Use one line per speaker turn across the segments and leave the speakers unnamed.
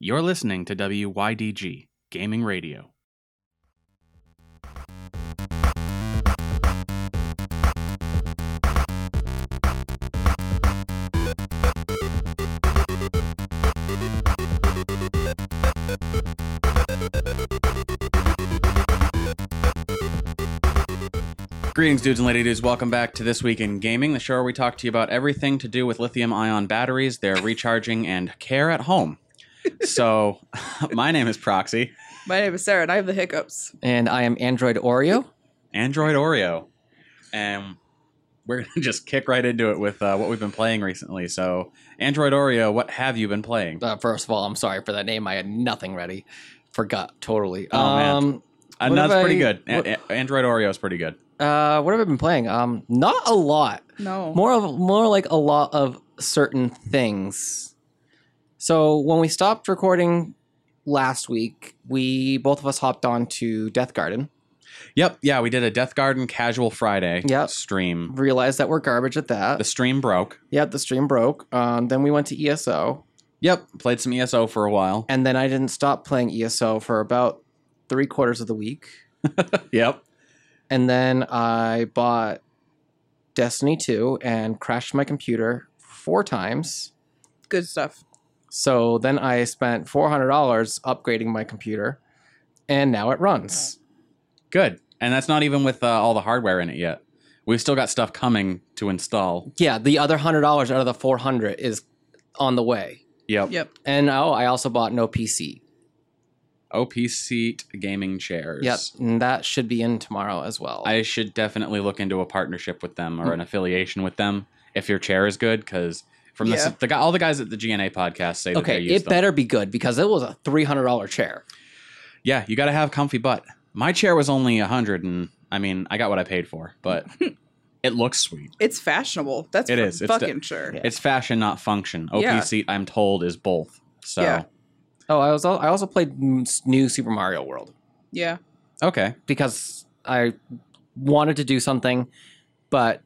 You're listening to WYDG Gaming Radio. Greetings, dudes and lady dudes. Welcome back to This Week in Gaming, the show where we talk to you about everything to do with lithium ion batteries, their recharging, and care at home. So, my name is Proxy,
My name is Sarah, and I have the hiccups.
and I am Android Oreo.
Android Oreo, and we're going to just kick right into it with uh, what we've been playing recently. So, Android Oreo, what have you been playing?
Uh, first of all, I'm sorry for that name. I had nothing ready. Forgot totally.
Oh, man.
um,
Uh,
what
no,
have
that's pretty
I-
good. A-
what-
a- Android Oreo is pretty good.
uh, what have I been playing? Um, not a lot.
No.
More of more like a lot of certain things. So when we stopped recording last week, we both of us hopped on to Death Garden,
Yep. Yeah, we did a Death Garden Casual Friday
Yep.
stream.
realized that we're garbage at that.
The stream broke.
yep, the stream broke. Um, then we went to ESO,
Yep. Played some ESO for a while.
and then I didn't stop playing ESO for about three quarters of the week.
Yep.
and then I bought Destiny 2 and crashed my computer four times.
Good stuff.
So then I spent $400 upgrading my computer and now it runs.
Good. And that's not even with uh, all the hardware in it yet. We've still got stuff coming to install.
Yeah, the other $100 out of the 400 is on the way.
Yep.
Yep.
And oh, I also bought no PC.
OP seat gaming chairs.
Yep, and that should be in tomorrow as well.
I should definitely look into a partnership with them or an affiliation with them if your chair is good. Because from
Yeah.
the, the guy, all the guys at the GNA podcast say that
okay,
they use
it
them.
better be good because it was a $300 chair.
Yeah, you got to have comfy butt. My chair was only a hundred, and I mean, I got what I paid for, but it looks sweet.
It's fashionable. That's
It
for
is. It's
fucking sure.
Yeah.
It's fashion, not function. OP
Yeah.
seat, I'm told, is both. So
Yeah.
Oh, I was al- I also played mm, new Super Mario World.
Yeah.
okay,
because I wanted to do something, but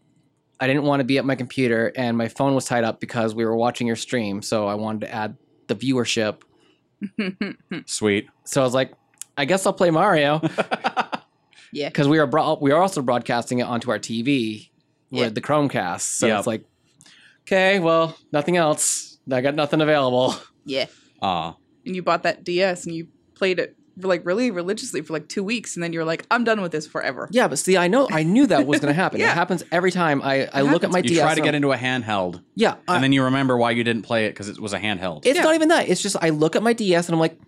I didn't want to be at my computer and my phone was tied up because we were watching your stream. So I wanted to add the viewership.
sweet.
So I was like, I guess I'll play Mario
yeah.
because we are bro- we are also broadcasting it onto our TV with
Yeah.
the Chromecast. So
Yep.
it's like, okay, well, nothing else. I got nothing available.
Yeah.
Ah,
And you bought that DS and you played it like really religiously for like two weeks, and then you're like, I'm done with this forever.
Yeah, but see, I know I knew that was going to happen.
Yeah.
It happens every time I, I look at
happens.
my
you
DS.
try to
and
get
I'm-
into a handheld,
Yeah, I-
and then you remember why you didn't play it because it was a handheld.
It's
Yeah.
not even that. It's just I look at my DS and I'm like,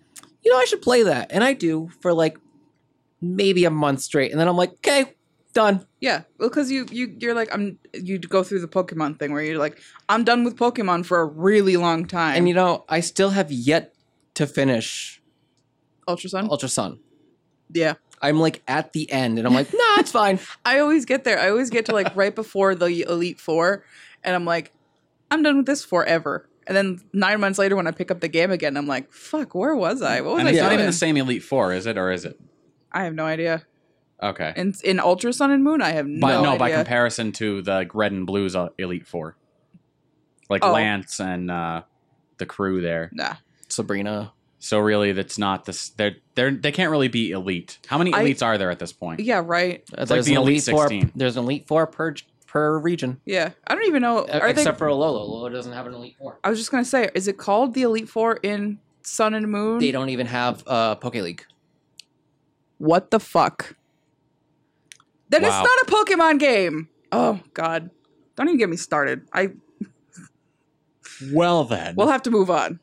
you know, I should play that, and I do for like maybe a month straight, and then I'm like, okay, done.
Yeah. Well, because you you you're like, I'm you go through the Pokemon thing where you're like, I'm done with Pokemon for a really long time.
And you know, I still have yet to finish
Ultra Sun.
Ultra Sun.
yeah.
I'm like at the end, and I'm like, nah, it's fine.
I always get there. I always get to like right before the Elite Four, and I'm like, I'm done with this forever. And then nine months later, when I pick up the game again, I'm like, fuck, where was I? What was
and
I
it's not
doing?
even the same Elite Four, is it? Or is it?
I have no idea.
Okay.
In in Ultra Sun and Moon, I have no,
But no,
idea.
by comparison to the like, red and blues uh, Elite Four, like
Oh.
Lance and uh, the crew there.
nah,
Sabrina. uh,
So really, that's not this. They're they're they can't really be elite. How many
I-
elites are there at this point?
yeah, right,
It's
like the Elite
four.
16.
There's an elite four per per region,
yeah. I don't even know.
e-
Are
except
they?
for Alola. Alola doesn't have an elite four.
I was just gonna say, is it called the Elite Four in Sun and Moon?
They don't even have uh, Poke League.
What the fuck? Then
Wow.
it's not a Pokemon game. Oh God, don't even get me started. I
Well then,
we'll have to move on.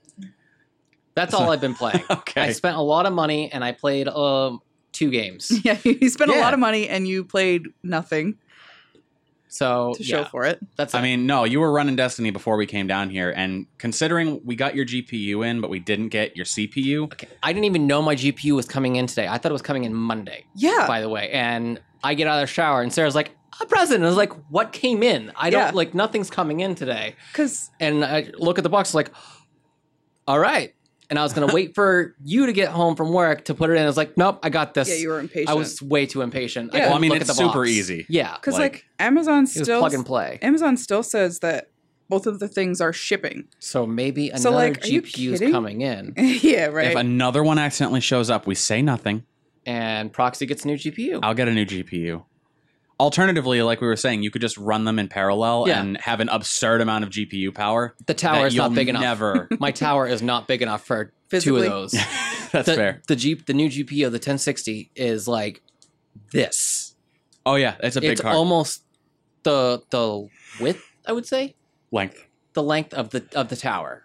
That's all I've been playing. I
okay,
spent a lot of money and I played um, two games.
Yeah, you spent a
Yeah.
lot of money and you played nothing
So
to show
yeah,
for it.
that's
I
it.
mean, no, you were running Destiny before we came down here, and considering we got your GPU in, but we didn't get your CPU.
Okay. I didn't even know my GPU was coming in today. I thought it was coming in Monday,
Yeah,
by the way. And I get out of the shower and Sarah's like, a present. And I was like, what came in? I don't
Yeah.
like nothing's coming in today.
because
And I look at the box like, all right. And I was gonna wait for you to get home from work to put it in. I was like, nope, I got this.
yeah, you were impatient.
I was way too impatient.
Yeah.
couldn't
Well,
I mean,
look at
it's
the box.
super easy.
Yeah,
because
like-
like, Amazon
it was
still
plug and play.
Amazon still says that both of the things are shipping.
So maybe another
So, like, are you
GPU is
kidding?
coming in,
yeah, right.
If another one accidentally shows up, we say nothing.
and Proxy gets a new GPU.
I'll get a new GPU. Alternatively, like we were saying, you could just run them in parallel
Yeah.
and have an absurd amount of GPU power.
the tower
that
is not
you'll
big enough.
Never.
My tower is not big enough for two
Physically.
of those.
That's
the,
fair.
The Jeep, the new GPU, the 1060 is like this.
Oh yeah, it's a big
it's
card.
almost the the width, I would say,
Length.
the length of the of the tower.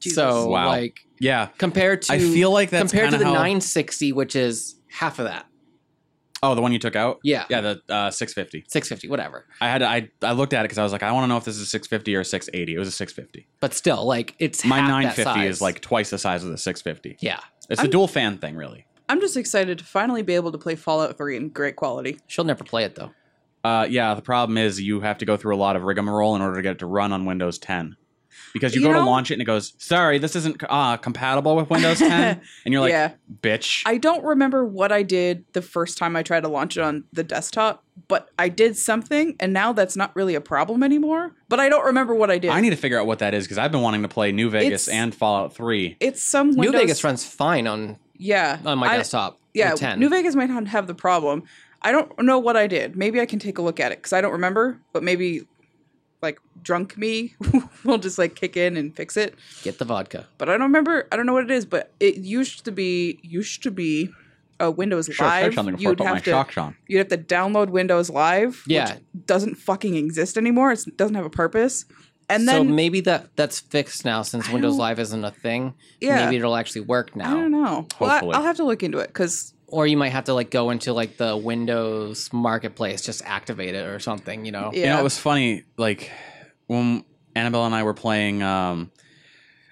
Jesus.
So
Wow.
like
Yeah,
compared to
I feel like that's
compared to
kinda
the
how-
960, which is half of that.
Oh, the one you took out.
Yeah,
Yeah, the uh, 650.
650, whatever.
I had I I looked at it because I was like, I want to know if this is 650 or 680. It was a 650.
But still, like it's
My
half that
950 is
size.
like twice the size of the 650.
yeah.
It's a
I'm-
dual fan thing, really.
I'm just excited to finally be able to play Fallout 3 in great quality.
She'll never play it though.
Uh, yeah, the problem is you have to go through a lot of rigmarole in order to get it to run on Windows 10. Because you,
You
go to
know-
launch it and it goes, sorry, this isn't uh, compatible with Windows 10. and you're like,
yeah.
bitch.
I don't remember what I did the first time I tried to launch it on the desktop, but I did something, and now that's not really a problem anymore. But I don't remember what I did.
I need to figure out what that is because I've been wanting to play New Vegas
It's-
and Fallout 3.
it's some
New
Windows.
Vegas runs fine on
Yeah.
on my
I-
desktop.
Yeah.
with 10.
New Vegas might not have the problem. I don't know what I did. Maybe I can take a look at it because I don't remember, but maybe like drunk me will just like kick in and fix it.
Get the vodka.
but I don't remember. I don't know what it is, but it used to be used to be uh, Windows
Sure, search
Live.
something before I
You'd
put my
have to
shock on.
you'd have to download Windows Live.
Yeah.
which doesn't fucking exist anymore. It doesn't have a purpose. And
so
then
maybe that that's fixed now since
I
Windows
don't-
Live isn't a thing.
yeah,
Maybe it'll actually work
I don't
now.
know. Well, I,
Hopefully.
I'll have to look into it because
Or you might have to like go into like the Windows marketplace, just activate it or something, you know.
yeah,
You know, it was funny. Like when Annabelle and I were playing um,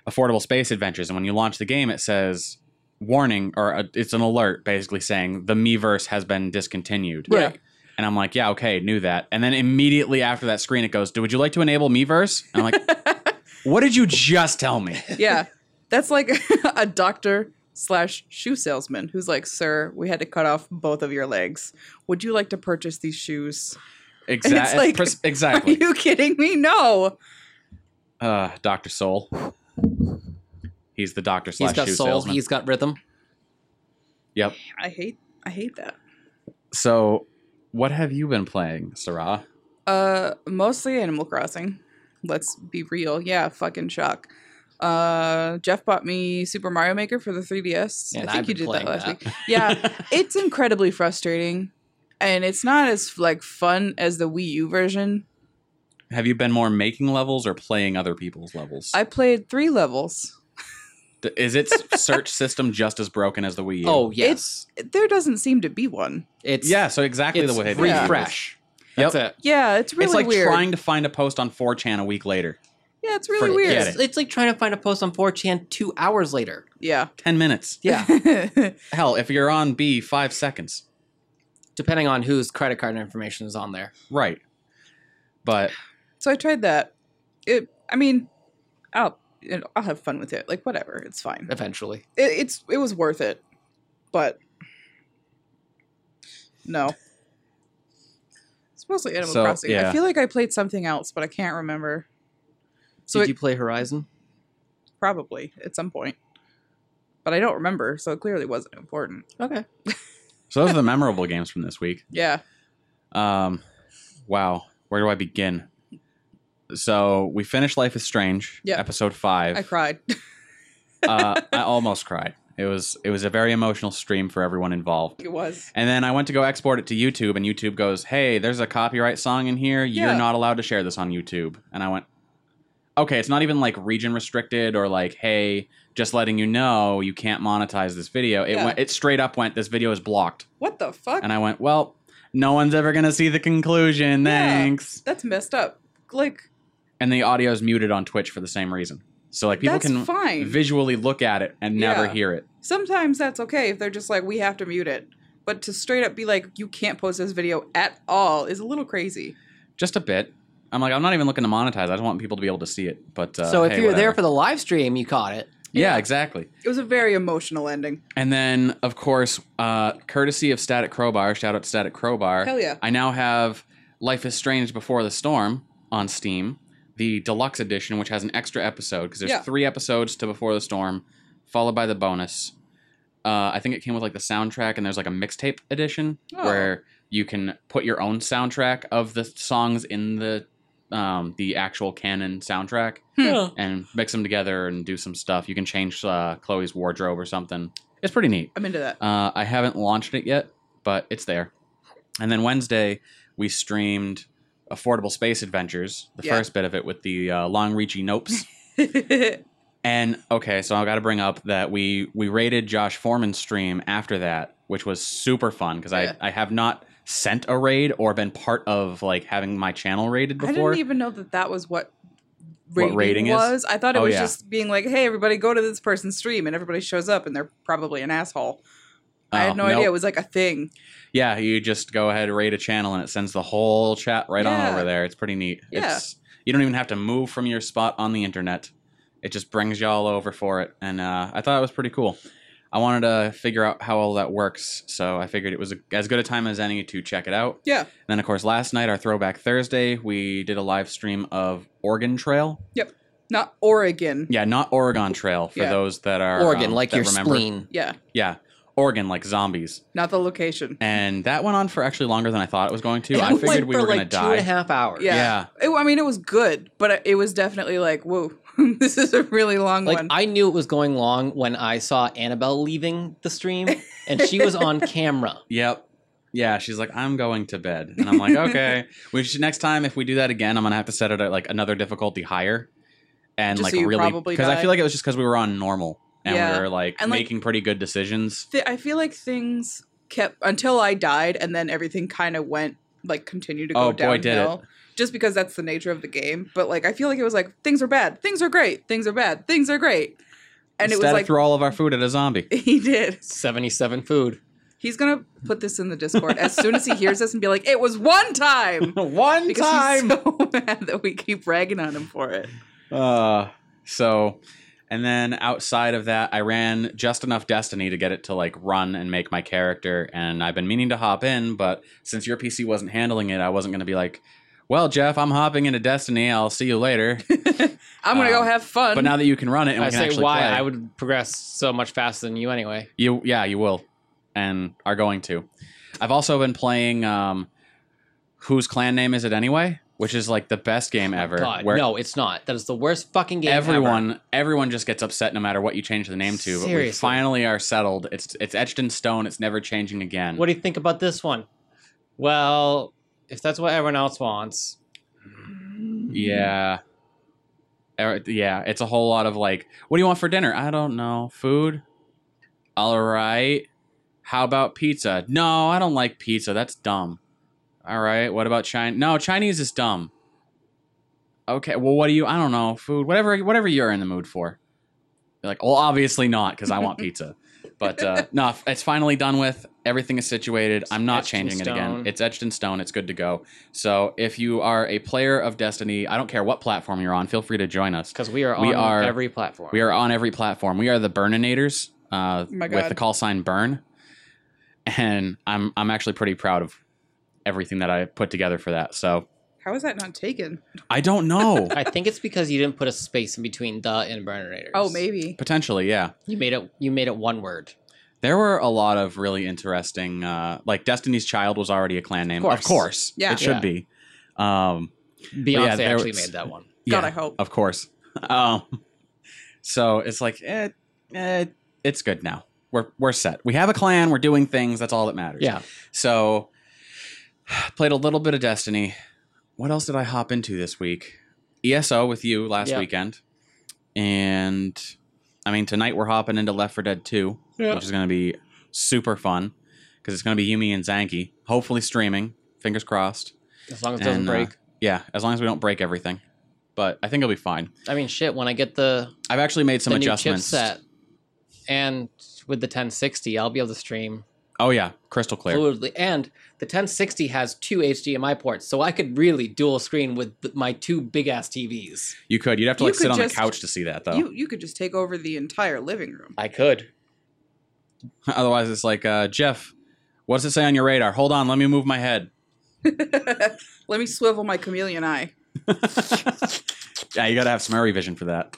Affordable Space Adventures, and when you launch the game, it says warning or uh it's an alert basically saying the Miiverse has been discontinued.
Right.
And I'm like, yeah, okay, knew that. And then immediately after that screen, it goes, "Do would you like to enable Miiverse?" And I'm like, what did you just tell me?
yeah, that's like a doctor slash shoe salesman who's like, "Sir, we had to cut off both of your legs. Would you like to purchase these shoes?"
Exactly.
like- Are
exactly.
you kidding me? No.
Uh, Doctor Soul. He's the doctor
He's
slash
got
shoe
soul,
salesman.
he's got rhythm.
Yep.
I hate. I hate that.
So, what have you been playing, Sarah?
Uh, mostly Animal Crossing. Let's be real. Yeah, fucking shock. Uh, Jeff bought me Super Mario Maker for the 3DS.
And
I think
I've
you
been
did that
playing
last
that.
week. Yeah, it's incredibly frustrating, and it's not as like fun as the Wii U version.
Have you been more making levels or playing other people's levels?
I played three levels.
D- Is its search system just as broken as the Wii U?
Oh yes.
There doesn't seem to be one.
It's
yeah. So exactly
it's
the way they did it.
refresh.
Yep.
That's it.
Yeah, it's really
it's like
weird.
trying to find a post on 4chan a week later.
yeah, it's really
for-
weird.
Get
It's, it's like trying to find a post on 4chan two hours later.
Yeah.
Ten minutes.
Yeah.
Hell, if you're on B, five seconds.
Depending on whose credit card information is on there.
Right. But
So I tried that. It. I mean, I'll. you know, I'll have fun with it. Like whatever. It's fine.
Eventually.
it, it's it was worth it, but no. It's mostly Animal
So,
Crossing.
yeah.
I feel like I played something else, but I can't remember. So
did
it-
you play Horizon?
Probably at some point, but I don't remember. So it clearly wasn't important.
Okay.
so those are the memorable games from this week.
Yeah,
Um, wow. Where do I begin? So we finished Life is Strange,
Yeah.
episode five.
I cried.
uh, I almost cried. It was it was a very emotional stream for everyone involved.
it was
And then I went to go export it to YouTube, and YouTube goes, "Hey, there's a copyright song in here. You're
Yeah.
not allowed to share this on YouTube." And I went, "Okay, it's not even like region restricted or like, hey, just letting you know you can't monetize this video." It
Yeah.
went, it straight up went, "This video is blocked."
what the fuck?
And I went, "Well, no one's ever gonna see the conclusion.
Yeah.
Thanks."
That's messed up. Like
And the audio is muted on Twitch for the same reason. So like people
that's
can
fine.
visually look at it and never
Yeah.
hear it.
Sometimes that's okay if they're just like we have to mute it. But to straight up be like you can't post this video at all is a little crazy.
Just a bit. I'm like, I'm not even looking to monetize. I just want people to be able to see it. But uh,
so if
hey,
you were there
whatever.
for the live stream, you caught it.
yeah,
Yeah.
exactly.
It was a very emotional ending.
And then, of course, uh, courtesy of Static Crowbar, shout out to Static Crowbar.
Hell yeah.
I now have Life is Strange Before the Storm on Steam. the deluxe edition, which has an extra episode because there's
Yeah.
three episodes to Before the Storm, followed by the bonus. Uh, I think it came with like the soundtrack, and there's like a mixtape edition
Oh.
where you can put your own soundtrack of the songs in the um, the actual canon soundtrack
Hmm.
and mix them together and do some stuff. You can change uh, Chloe's wardrobe or something. It's pretty neat.
I'm into that.
Uh, I haven't launched it yet, but it's there. And then Wednesday, we streamed Affordable Space Adventures, the
Yeah.
first bit of it with the uh, long reachy nopes. and okay, so I got to bring up that we we rated Josh Foreman's stream after that, which was super fun because
Yeah.
I I have not sent a raid or been part of like having my channel rated
I
before.
didn't even know that that was what
What
rating,
rating is?
was. I thought it
Oh,
was
yeah.
just being like, "Hey, everybody, go to this person's stream," and everybody shows up, and they're probably an asshole. I
Oh,
had no,
nope.
idea it was like a thing.
Yeah, you just go ahead rate a channel and it sends the whole chat right on
Yeah.
over there. It's pretty neat.
Yeah.
It's you don't even have to move from your spot on the internet. It just brings you all over for it. And uh, I thought it was pretty cool. I wanted to figure out how all that works, so I figured it was a, as good a time as any to check it out.
Yeah.
And then, of course, last night, our Throwback Thursday, we did a live stream of Oregon Trail.
Not Oregon.
Yeah, not Oregon Trail for
Yeah.
those that are
Oregon,
um,
like
that
your
remember.
spleen.
Yeah,
Yeah, Oregon, like zombies.
not the location.
And that went on for actually longer than I thought it was going to.
It
I
went
figured we
for
were going
like
to
Two
die.
and a half hours.
Yeah.
yeah.
It- I mean, it was good, but it was definitely like, whoa, this is a really long
Like
one.
I knew it was going long when I saw Annabelle leaving the stream, and she was on camera.
Yep. Yeah, she's like, I'm going to bed, and I'm like, okay. We should next time if we do that again, I'm gonna have to set it at like another difficulty higher, and
Just
like
so you
really
probably
because I
die.
feel like it was just because we were on normal and
Yeah.
we were like
And, like-
making pretty good decisions.
Th- I feel like things kept until I died, and then everything kind of went like continued to go
Oh, boy,
downhill.
did it.
Just because that's the nature of the game. But like, I feel like it was like things are bad, things are great, things are bad, things are great, and
Instead, I
it was like
threw all of our food at a zombie.
he did.
Seventy-seven food.
He's gonna put this in the Discord as soon as he hears this and be like, "It was one time."
One
Because he's so mad that we keep ragging on him for it.
Uh, so, and then outside of that, I ran just enough Destiny to get it to like run and make my character. And I've been meaning to hop in, but since your PC wasn't handling it, I wasn't going to be like, well, Jeff, I'm hopping into Destiny. I'll see you later.
I'm gonna go
Um,
have fun.
but now that you can run it and we
I
can
say
actually
why
play,
I would progress so much faster than you anyway.
you yeah, you will, and are going to. I've also been playing um, whose clan name is it anyway? Which is like the best game ever.
God,
where
no, it's not. That is the worst fucking game. ever.
everyone everyone just gets upset no matter what you change the name to but we
Seriously.
finally are settled it's it's etched in stone it's never changing again
What do you think about this one? Well, if that's what everyone else wants,
yeah Er, yeah it's a whole lot of like what do you want for dinner i don't know food all right how about pizza no i don't like pizza that's dumb all right what about china no chinese is dumb okay well what do you i don't know food whatever whatever you're in the mood for You're like well obviously not because i want pizza but uh no it's finally done with everything is situated i'm not
Etched in
changing it again
stone.
it's etched in stone it's good to go so if you are a player of destiny i don't care what platform you're on feel free to join us
because we are
We
on
are-
every platform.
we are on every platform. We are the Burninators uh,
my
with
God.
the call sign Burn, and I'm I'm actually pretty proud of everything that I put together for that. So
How is that not taken?
I don't know.
I think it's because you didn't put a space in between the and burnerinators.
Oh, maybe.
Potentially, yeah.
you made it. You made it one word.
There were a lot of really interesting, uh, like Destiny's Child was already a clan name,
course.
of course.
Yeah.
it should
Yeah.
be. Um,
Beyonce
there
actually
was-
made that one.
God, I hope.
Of course. Um, so it's like, eh, eh, it's good now. We're we're set. We have a clan. We're doing things. That's all that matters.
Yeah.
So played a little bit of Destiny. What else did I hop into this week? ESO with you last
Yeah.
weekend. And I mean tonight we're hopping into Left 4 Dead 2,
Yeah.
which is going to be super fun cuz it's going to be Yumi and Zanki, hopefully streaming, fingers crossed.
As long as it doesn't
And, uh,
break.
Yeah, as long as we don't break everything. But I think it'll be fine.
I mean, shit. When I get the
I've actually made some
the new
adjustments.
chipset, and with the 1060, I'll be able to stream
Oh yeah, crystal clear.
fluidly. And the 1060 has two HDMI ports, so I could really dual screen with th- my two big ass TVs.
You could. You'd have to
You
like sit
could
on the
just-
couch to see that
Oh.
though.
You you could just take over the entire living room.
I could.
Otherwise, it's like uh, Jeff. What does it say on your radar? Hold on, let me move my head.
Let me swivel my chameleon eye.
yeah, you got to have Smurry vision for that.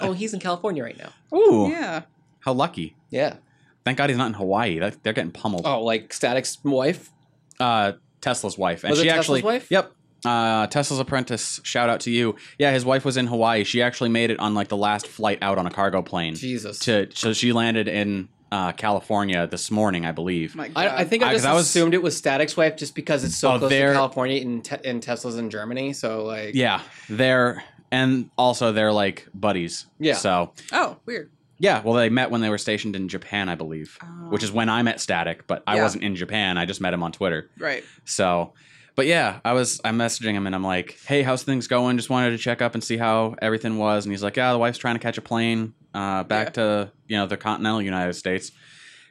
oh, he's in California right now.
Ooh,
Yeah.
how lucky.
Yeah.
Thank God he's not in Hawaii. That, they're getting pummeled.
Oh, like Static's wife.
Uh, Tesla's wife. And
Was it
she
Tesla's
actually.
wife?
Yep. Uh, Tesla's apprentice. Shout out to you. Yeah, his wife was in Hawaii. She actually made it on like the last flight out on a cargo plane.
Jesus.
Mm. To so she landed in uh, California this morning, I believe.
My God.
I, I think
I-
I
'cause
just
I was-
assumed it was Static's wife just because it's so
Oh,
close to
they're-
California and, te- and Tesla's in Germany. So like,
Yeah, they're and also they're like buddies.
Yeah.
So
Oh, weird.
yeah, well they met when they were stationed in Japan, I believe,
Oh.
which is when I met Static, but I
Yeah.
wasn't in Japan. I just met him on Twitter.
right.
So, but yeah, I was I'm messaging him and I'm like, hey, how's things going? Just wanted to check up and see how everything was. And he's like, yeah, the wife's trying to catch a plane uh, back
Yeah.
to you know the continental United States.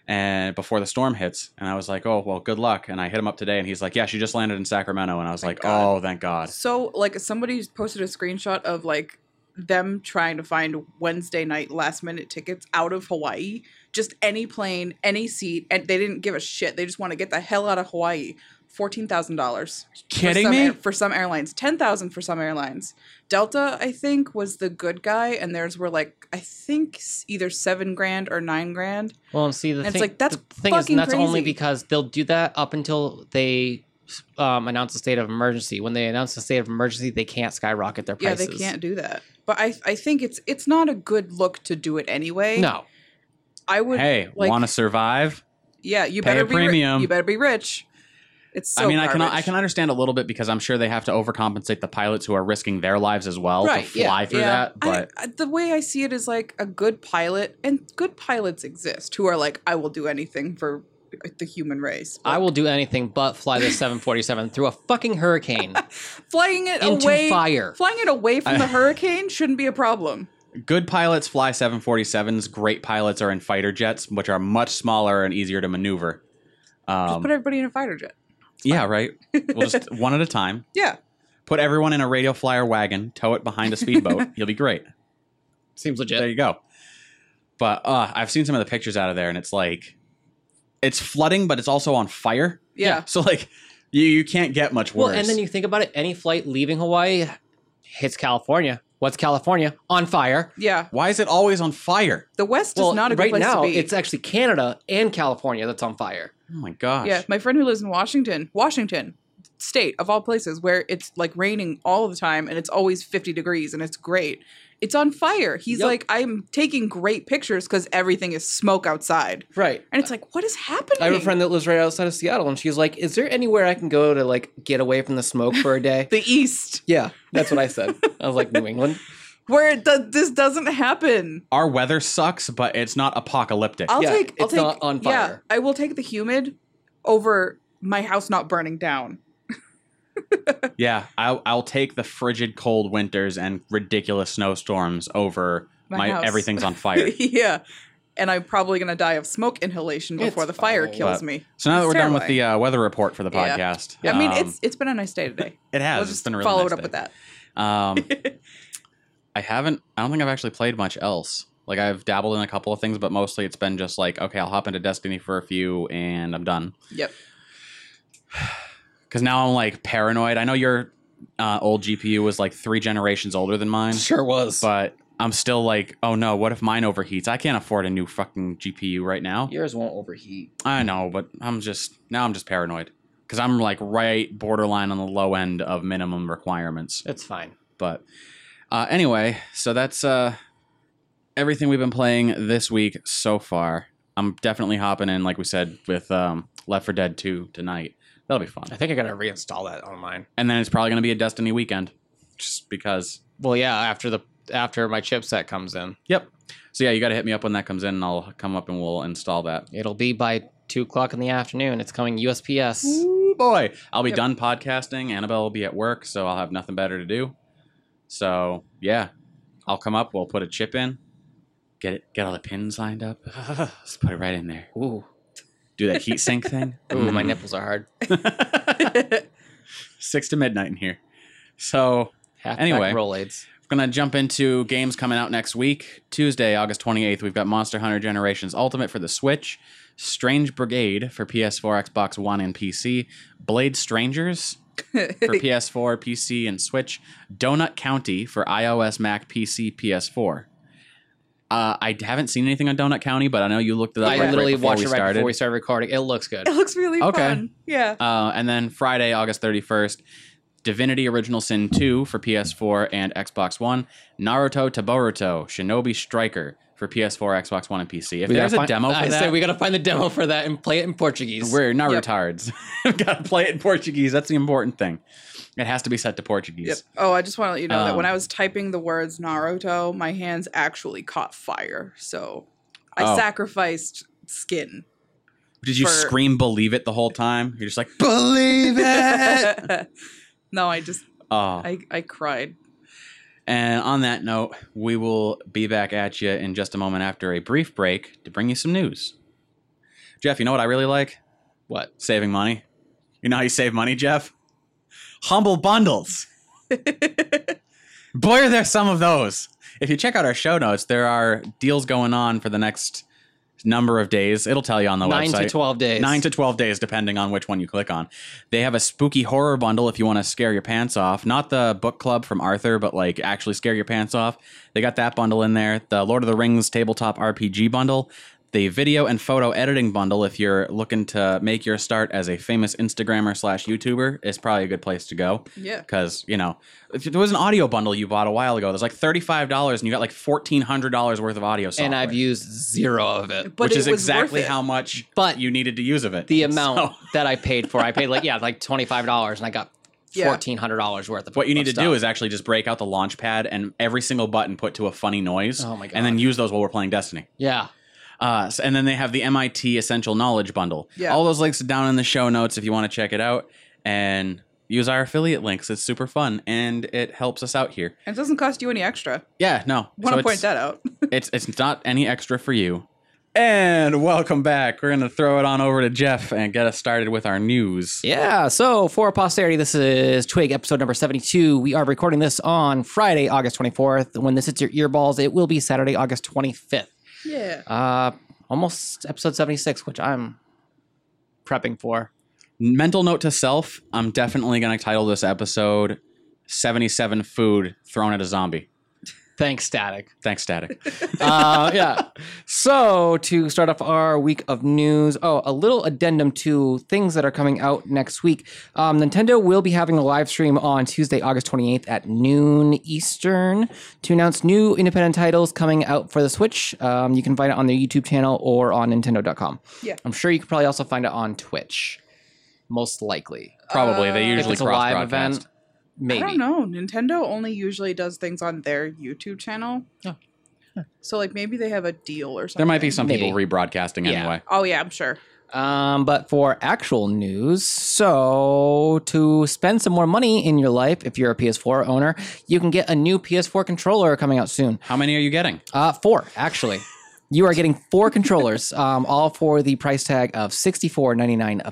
And before the storm hits, and I was like, "Oh well, good luck." And I hit him up today, and he's like, "Yeah, she just landed in Sacramento." And I was
Thank
like,
God.
"Oh, thank God!"
So, like, somebody posted a screenshot of like them trying to find Wednesday night last minute tickets out of Hawaii. Just any plane, any seat, and they didn't give a shit. They just want to get the hell out of Hawaii. Fourteen thousand dollars.
Kidding
for some
me?
air- for some airlines, ten thousand for some airlines. Delta, I think, was the good guy, and theirs were like I think s- either seven grand or nine grand.
Well, and see, the
And it's
thing,
like, that's
the thing is,
fucking
that's only
crazy.
because they'll do that up until they um, announce a state of emergency. When they announce a state of emergency, they can't skyrocket their prices.
Yeah, they can't do that. But I, I think it's it's not a good look to do it anyway.
No,
I would.
hey,
like-
want to survive?
yeah, you
pay a
better be ri-
premium.
you better be rich. It's so
I mean, I can
garbage.
I can understand a little bit because I'm sure they have to overcompensate the pilots who are risking their lives as well
Right,
to
yeah,
fly through
yeah.
that. But
I, I- the way I see it is like a good pilot, and good pilots exist who are like, I will do anything for uh, the human race.
I will do anything but fly this 747 through a fucking hurricane
flying it
into
away.
fire.
Flying it away from
I-
the hurricane shouldn't be a problem.
good pilots fly 747s. Great pilots are in fighter jets, which are much smaller and easier to maneuver.
Just
Um,
put everybody in a fighter jet.
yeah, right. We'll just one at a time.
Yeah.
Put everyone in a radio flyer wagon, tow it behind a speedboat. You'll be great.
Seems
There
legit.
you go. But uh, I've seen some of the pictures out of there, and it's like it's flooding, but it's also on fire.
Yeah.
So like you you can't get much worse.
Well, and then you think about it any flight leaving Hawaii hits California. What's California? On fire.
Yeah.
Why is it always on fire?
The West
well,
is not a good
right
place
now,
to be.
it's actually Canada and California that's on fire.
Oh my gosh.
yeah. My friend who lives in Washington, Washington state of all places where it's like raining all the time and it's always 50 degrees and it's great. It's on fire. He's
Yep.
like, I'm taking great pictures because everything is smoke outside.
Right.
And it's like, what is happening?
I have a friend that lives right outside of Seattle, and she's like, "Is there anywhere I can go to like get away from the smoke for a day?"
the East,
yeah, that's what I said. I was like, "New England."
where it do- this doesn't happen.
Our weather sucks, but it's not apocalyptic.
I'll
Yeah,
take. I'll
it's
take,
not on fire.
Yeah, I will take the humid over my house not burning down.
yeah, I'll, I'll take the frigid cold winters and ridiculous snowstorms over
My
my,
house.
everything's on fire.
yeah, and I'm probably gonna die of smoke inhalation before the
It's
fire
fine.
kills
But-
me.
so now that
It's
we're done with the uh, weather report for the
Yeah.
podcast,
I mean,
um,
it's it's been a nice day today.
it has.
we'll
it's
just
been a really
follow
nice
it up
day.
with that.
Um, I haven't. I don't think I've actually played much else. Like I've dabbled in a couple of things, but mostly it's been just like, okay, I'll hop into Destiny for a few, and I'm done.
Yep.
Because now I'm like paranoid. I know your uh, old GPU was like three generations older than mine,
Sure was.
but I'm still like, oh no, what if mine overheats? I can't afford a new fucking GPU right now.
Yours won't overheat.
I know, but I'm just now I'm just paranoid because I'm like right borderline on the low end of minimum requirements.
It's fine.
But uh, anyway, so that's uh, everything we've been playing this week so far. I'm definitely hopping in, like we said, with um, Left for Dead 2 tonight. That'll be fun.
I think I gotta reinstall that on mine.
And then it's probably going to be a Destiny weekend just because.
Well, yeah, after the after my chipset comes in,
Yep. So yeah, you got to hit me up when that comes in, and I'll come up and we'll install that.
it'll be by two o'clock in the afternoon. It's coming USPS.
Ooh, boy. I'll be
Yep.
done podcasting. Annabelle will be at work, so I'll have nothing better to do. So yeah, I'll come up. We'll put a chip in, get it, get all the pins lined up, just put it right in there.
Ooh,
do that heat sink thing.
ooh,
Mm.
my nipples are hard.
Six to midnight in here. So
Half
Anyway.
anyway, roll aids.
we're gonna jump into games coming out next week, Tuesday, August twenty eighth. We've got Monster Hunter Generations Ultimate for the Switch, Strange Brigade for PS4, Xbox One, and PC, Blade Strangers for PS4, PC, and Switch. Donut County for iOS, Mac, PC, PS4. Uh, I haven't seen anything on Donut County, but I know you looked it up.
I
right- right
literally
before
watched
we
it right
started.
before we started recording. It looks good.
It looks really
Okay.
fun. Yeah.
Uh, and then Friday, August 31st, Divinity Original Sin 2 for PS4 and Xbox One, Naruto to Boruto, Shinobi Striker for PS4, Xbox One, and PC. If
We
there's
gotta
a
find-
demo for
I
that,
said we gotta find the demo for that and play it in Portuguese.
we're not
Yep.
retards. We've got to play it in Portuguese. That's the important thing. It has to be set to Portuguese.
Yep. Oh, I just want to let you know that when
Um,
I was typing the words Naruto, my hands actually caught fire. So I
Oh.
sacrificed skin.
Did you
For-
scream believe it the whole time? You're just like, believe it.
no, I just
oh.
I, I cried.
And on that note, we will be back at you in just a moment after a brief break to bring you some news. Jeff, you know what I really like?
What?
Saving money. You know how you save money, Jeff? Humble bundles. Boy, are there some of those. If you check out our show notes, there are deals going on for the next number of days. It'll tell you on the
nine
website.
to twelve days.
Nine to 12 days, depending on which one you click on. They have a spooky horror bundle if you want to scare your pants off. Not the book club from Arthur, but like actually scare your pants off. They got that bundle in there. The Lord of the Rings tabletop RPG bundle. The video and photo editing bundle, if you're looking to make your start as a famous Instagrammer slash YouTuber, is probably a good place to go.
Yeah.
Because, you know, if there was an audio bundle you bought a while ago, there's like $35 and you got like $1,400 worth of audio software.
and I've used zero of it.
But
which
it
is
was worth
exactly
it.
how much
But
you needed to use of it.
the
So-
amount that I paid for, I paid like yeah, like twenty five dollars, and I got
Yeah.
fourteen hundred dollars worth of.
What you need
of
to
stuff.
do is actually just break out the launch pad and every single button put to a funny noise,
Oh my God.
and then use those while we're playing Destiny.
yeah,
Uh, s- and then they have the MIT Essential Knowledge Bundle.
Yeah.
All those links are down in the show notes if you want to check it out and use our affiliate links. It's super fun and it helps us out here.
And it doesn't cost you any extra.
Yeah, no.
Want
so
to point
it's,
that out.
it's it's not any extra for you. And welcome back. We're gonna throw it on over to Jeff and get us started with our news.
yeah.
So, for posterity, this is Twig episode number 72. We are recording this on Friday, August 24th. When this hits your earballs, it will be Saturday, August 25th.
Yeah.
Uh, almost episode 76, which I'm prepping for.
Mental note to self: I'm definitely gonna title this episode "77 Food Thrown at a Zombie."
Thanks, Static.
Thanks, Static.
uh, yeah. So to start off our week of news, oh, a little addendum to things that are coming out next week. Um, Nintendo will be having a live stream on Tuesday, August 28th at noon Eastern to announce new independent titles coming out for the Switch. Um, you can find it on their YouTube channel or on Nintendo.com.
Yeah.
I'm sure you can probably also find it on Twitch, most likely.
Probably
Uh,
they
If
usually
it's a
cross
live
broadcast.
event, Maybe.
I don't know. Nintendo only usually does things on their YouTube channel.
Oh.
So like maybe they have a deal or something.
There might be some people
Maybe.
rebroadcasting
Yeah.
anyway.
Oh yeah, I'm sure.
Um, but for actual news, so to spend some more money in your life, if you're a PS4 owner, you can get a new PS4 controller coming out soon.
How many are you getting?
Uh, four actually. You are getting four controllers, um, all for the price tag of sixty four ninety nine a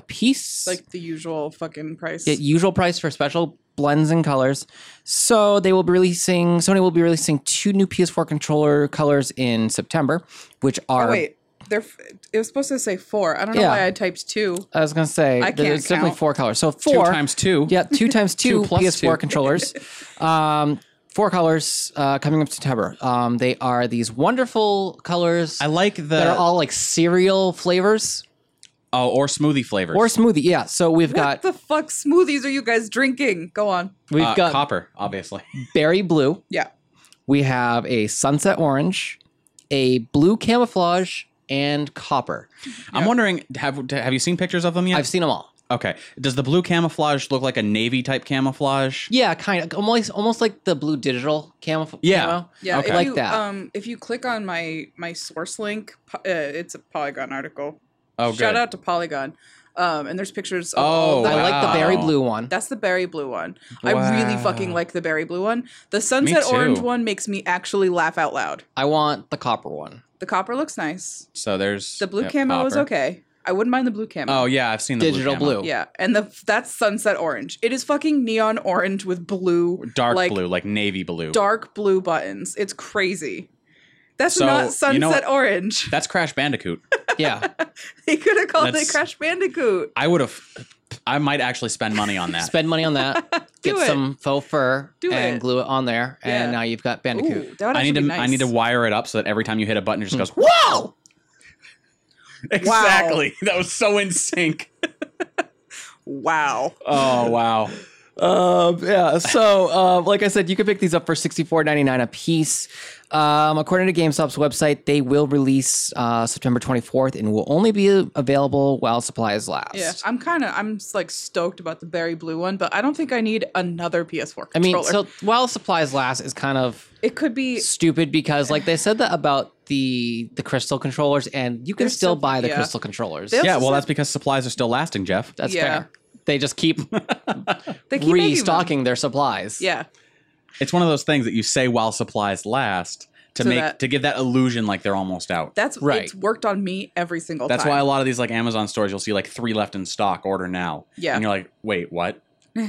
It's
piece.
like the usual fucking price.
Yeah, usual price for special blends and colors. So they will be releasing. Sony will be releasing two new PS4 controller colors in September, which are.
oh wait, they're f- it was supposed to say four. I don't know
Yeah.
why I typed two.
I was gonna say
I can't
there's definitely
count.
four colors. So four
Two times two.
Yeah, two times two,
plus
PS4
two.
controllers. Um, four colors uh, coming up September. Um, they are these wonderful colors
I like
that are
the
all like cereal flavors
oh or smoothie flavors
or smoothie. Yeah, so we've
What
got
the fuck smoothies are you guys drinking? Go on.
we've
Uh,
got
copper, obviously.
berry blue.
Yeah.
We have a sunset orange, a blue camouflage, and copper.
I'm wondering have have you seen pictures of them yet?
I've seen them all.
okay. Does the blue camouflage look like a navy type camouflage?
Yeah, kind of almost almost like the blue digital camouflage.
Yeah.
Yeah,
Okay.
if
Like
you,
that.
Um, if you click on my my source link, po- uh, it's a Polygon article.
Oh,
Shout
good.
out to Polygon. Um, and there's pictures. Of all
Oh,
the-
I like the berry
Wow.
blue one.
That's the berry blue one. I really fucking
Wow.
like the berry blue one. The sunset
too.
orange one makes me actually laugh out loud.
I want the copper one.
The copper looks nice.
So there's
The blue
yep,
camo is
copper.
okay. I wouldn't mind the blue camo.
Oh yeah, I've seen the
Digital
camo.
blue.
Yeah, and the that's sunset orange. It is fucking neon orange with blue,
dark
like,
blue, like navy blue.
dark blue buttons. It's crazy. That's
So,
not
you
sunset
know what-
orange.
That's Crash Bandicoot.
Yeah.
They could have called it
That's-
Crash Bandicoot.
I would have I might actually spend money on that.
Spend money on that.
Do
get
it.
some faux fur
Do
and
it.
glue it on there,
Yeah.
and now you've got
Ooh,
Bandicoot.
that would
I need
actually
to
be nice.
I need to wire it up so that every time you hit a button, it just goes whoa. Exactly. That was so in sync.
Wow.
Oh wow.
Um, yeah. So, um, like I said, you can pick these up for sixty four ninety nine a piece. Um, according to GameStop's website, they will release uh, September twenty fourth and will only be available while supplies last.
Yeah, I'm kind of I'm s- like stoked about the berry blue one, but I don't think I need another PS4 controller.
I mean, so while supplies last is kind of
it could be
stupid because like they said that about the the crystal controllers, and you can
They're
still
so-
buy the
yeah.
crystal controllers.
They'll-
Yeah.
just
Well,
a-
that's because supplies are still lasting, Jeff.
That's
Yeah.
fair. They just keep,
they keep making them.
restocking their supplies.
Yeah,
It's one of those things that you say while supplies last to
So
make
that-
to give that illusion like they're almost out.
that's
Right.
It's worked on me every single
That's
time.
why a lot of these like Amazon stores you'll see like three left in stock, order now.
Yeah.
And you're like, wait, what?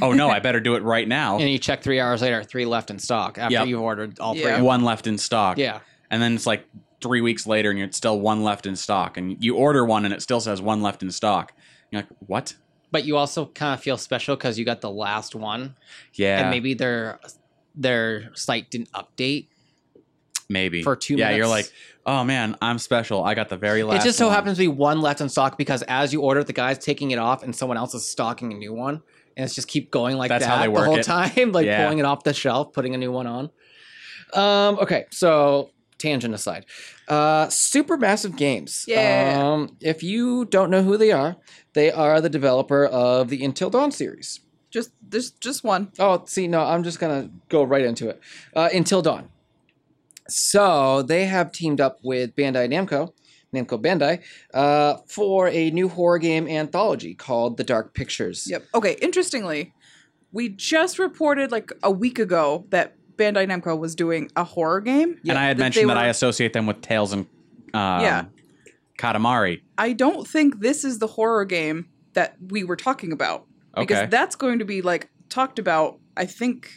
Oh no, I better do it right now.
And you check three hours later, three left in stock after
Oh. Yep.
you've ordered all
Yeah.
three.
One left in stock.
Yeah.
And then it's like three weeks later and you're it's still one left in stock. And you order one and it still says one left in stock. You're like, what?
But you also kind of feel special because you got the last one,
Yeah.
and maybe their their site didn't update.
maybe.
for two
Yeah, you're like,
minutes.
oh man, I'm special. I got the very last
it just so
one."
happens to be one left in stock because as you order, the guy's taking it off, and someone else is stocking a new one, and it's just keep going like
That's
that
how they work
the whole
it.
time, like
Yeah.
pulling it off the shelf, putting a new one on. Um. Okay. So tangent aside, uh, super massive games.
Yeah.
Um, if you don't know who they are, they are the developer of the Until Dawn series.
just there's just one.
Oh, see, no, I'm just gonna go right into it. Uh, Until Dawn.
So they have teamed up with Bandai Namco, Namco Bandai, uh, for a new horror game anthology called The Dark Pictures.
Yep. Okay. Interestingly, we just reported like a week ago that Bandai Namco was doing a horror game.
And I had
they
mentioned that
were-
I associate them with Tails and um,
Yeah.
Katamari.
I don't think this is the horror game that we were talking about because
Okay.
that's going to be like talked about. I think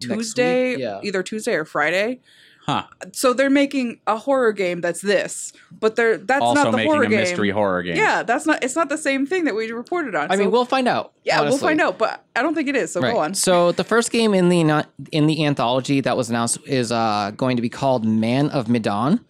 Next week?
Tuesday,
Yeah.
either Tuesday or Friday.
Huh.
So they're making a horror game that's this, but they're that's
also
not the
making
horror
a
game.
mystery horror game.
Yeah, that's not. It's not the same thing that we reported on.
I mean,
So,
we'll find out.
yeah, we'll
honestly.
find out, but I don't think it is. So
Right.
go on.
So the first game in the ano- in the anthology that was announced is uh, going to be called Man of Medan.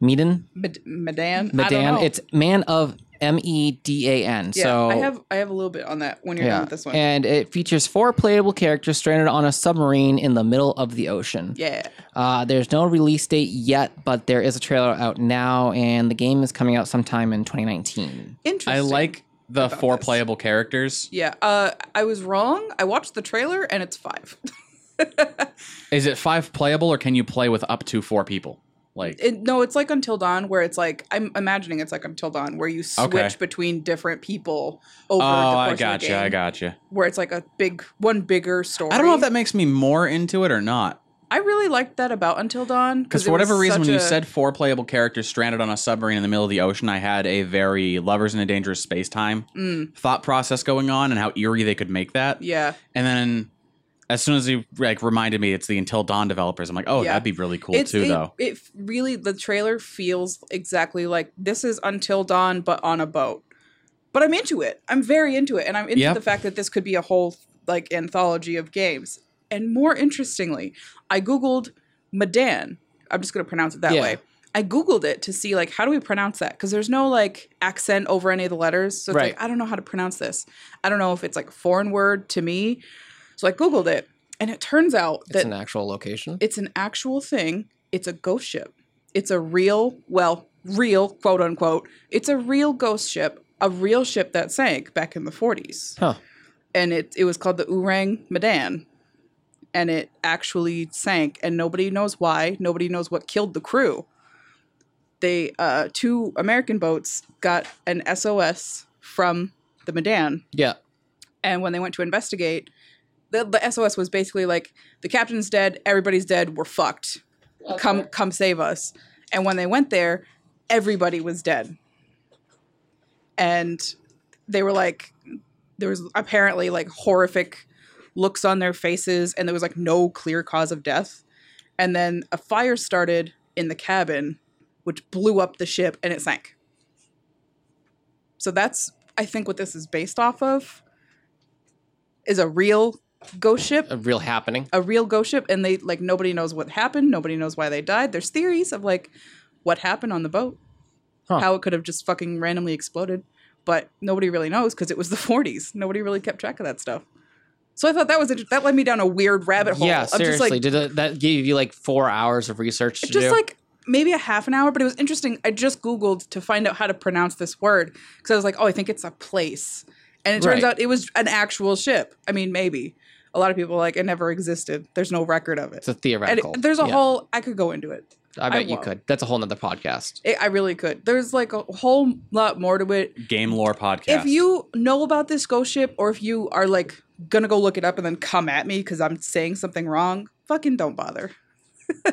Medan?
Mad- Madan. I don't
Medan.
know.
It's Man of M E D A N.
yeah,
so
I have I have a little bit on that when you're done with this one.
And it features four playable characters stranded on a submarine in the middle of the ocean.
yeah.
Uh, there's no release date yet, but there is a trailer out now, and the game is coming out sometime in 2019.
Interesting.
I like the
about
four
this.
playable characters.
Yeah. Uh, I was wrong. I watched the trailer and it's five.
Is it five playable or can you play with up to four people? Like
It, no, it's like Until Dawn, where it's like I'm imagining it's like Until Dawn, where you switch
Okay.
between different people over
Oh,
the course
I
of the
gotcha,
game,
I gotcha.
Where it's like a big one, bigger story.
I don't know if that makes me more into it or not.
I really liked that about Until Dawn
Because
it
for
was
whatever reason,
such
when you
a-
said four playable characters stranded on a submarine in the middle of the ocean, I had a very lovers in a dangerous space time
Mm,
thought process going on and how eerie they could make that.
yeah,
And then as soon as you like reminded me it's the Until Dawn developers, I'm like, oh,
Yeah.
that'd be really cool
It's-
too,
it,
though.
It really the trailer feels exactly like this is Until Dawn, but on a boat. But I'm into it. I'm very into it, and I'm into
Yep.
the fact that this could be a whole like anthology of games. And more interestingly, I googled Madan. I'm just gonna pronounce it that
Yeah.
way. I googled it to see like how do we pronounce that because there's no like accent over any of the letters, so it's
Right.
like I don't know how to pronounce this. I don't know if it's like a foreign word to me, so I googled it, and it turns out
It's
that
an actual location.
it's an actual thing. It's a ghost ship. It's a real, well, real, quote unquote. It's a real ghost ship, a real ship that sank back in the 40s.
Huh.
And it, it was called the Urang Medan. And it actually sank, and nobody knows why. Nobody knows what killed the crew. They, uh, two American boats got an SOS from the Medan
yeah.
and when they went to investigate, the, the SOS was basically like, "The captain's dead, everybody's dead, we're fucked. Come, come save us." And when they went there, everybody was dead, and they were like, there was apparently like horrific looks on their faces, and there was like no clear cause of death. And then a fire started in the cabin, which blew up the ship, and it sank. So that's I think what this is based off of is a real ghost ship,
A real happening.
a real ghost ship, and they like nobody knows what happened, nobody knows why they died. There's theories of like what happened on the boat,
Huh.
how it could have just fucking randomly exploded, but nobody really knows because it was the 40s. Nobody really kept track of that stuff. So I thought that was inter- that led me down a weird rabbit hole.
Yeah,
of just,
seriously.
like,
Did that- that give you like four hours of research to
just
do?
like maybe a half an hour, but it was interesting. I just Googled to find out how to pronounce this word because I was like, oh, I think it's a place. And it turns
Right.
out it was an actual ship. I mean, maybe. A lot of people are like, it never existed. There's no record of it.
it's a
And
theoretical.
it- there's a
Yeah.
whole, I could go into it.
I bet you
won't.
could. That's a whole nother podcast.
it. I really could. There's like a whole lot more to it.
Game lore podcast.
If you know about this ghost ship or if you are like gonna go look it up and then come at me because I'm saying something wrong, fucking don't bother.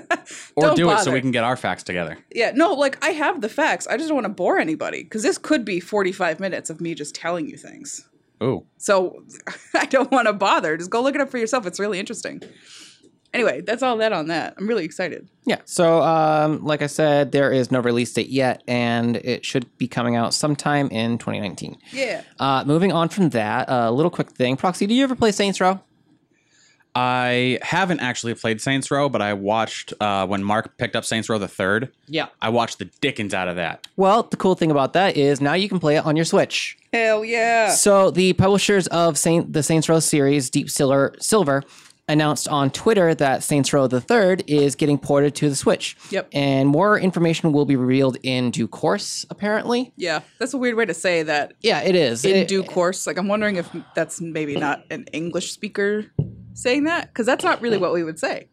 or
don't
do it so
bother.
we can get our facts together.
Yeah, no, like I have the facts. I just don't want to bore anybody because this could be 45 minutes of me just telling you things.
Ooh.
So I don't want to bother. Just go look it up for yourself. It's really interesting. Anyway, that's all that on that. I'm really excited.
Yeah. So, um, like I said, there is no release date yet, and it should be coming out sometime in 2019.
Yeah.
Uh, moving on from that, a little quick thing. Proxy, did you ever play Saints Row?
I haven't actually played Saints Row, but I watched uh, when Mark picked up Saints Row the third.
Yeah.
I watched the dickens out of that.
Well, the cool thing about that is now you can play it on your Switch.
Hell yeah.
So the publishers of Saint the Saints Row series, Deep Silver, Silver announced on Twitter that Saints Row the Third is getting ported to the Switch.
Yep.
And more information will be revealed in due course, apparently.
Yeah. That's a weird way to say that
Yeah, it is.
in
It-
due course. Like, I'm wondering if that's maybe not an English speaker saying that because that's not really what we would say.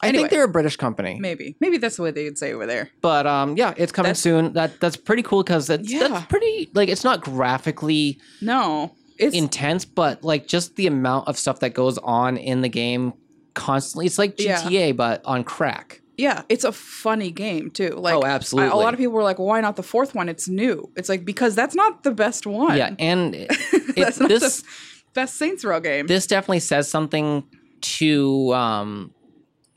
I
anyway.
think they're a British company.
Maybe. Maybe that's the way they would say over there.
But um yeah, it's coming
That's-
soon. That that's pretty cool because that's
Yeah.
that's pretty like it's not graphically
No. It's
intense, but like just the amount of stuff that goes on in the game constantly. It's like
Yeah.
GTA, but on crack.
Yeah, it's a funny game too. Like
Oh,
I- A
absolutely.
lot of people were like, "Why not the fourth one? It's new." It's like because that's not the best one.
Yeah, and it,
That's
it,
not
this
the best Saints Row game.
this definitely says something to um